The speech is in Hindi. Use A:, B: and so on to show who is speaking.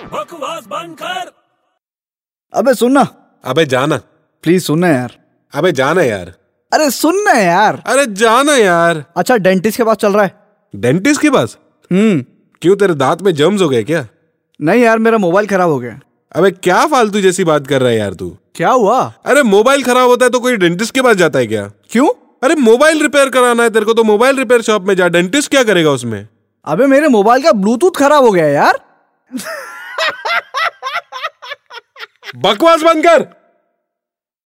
A: आवाज बंद कर
B: अबे सुनना
C: अबे जाना
B: प्लीज सुनना यार
C: अबे जाना यार
B: अरे सुनना यार
C: अरे जाना यार
B: अच्छा डेंटिस्ट के पास चल रहा है
C: डेंटिस्ट के पास
B: हम्म
C: क्यों तेरे दांत में जर्म्स हो गए क्या
B: नहीं यार मेरा मोबाइल खराब हो गया
C: अबे क्या फालतू जैसी बात कर रहा है यार तू
B: क्या हुआ
C: अरे मोबाइल खराब होता है तो कोई डेंटिस्ट के पास जाता है क्या
B: क्यों
C: अरे मोबाइल रिपेयर कराना है तेरे को तो मोबाइल रिपेयर शॉप में जा डेंटिस्ट क्या करेगा उसमें
B: अबे मेरे मोबाइल का ब्लूटूथ खराब हो गया यार
C: बकवास बंद कर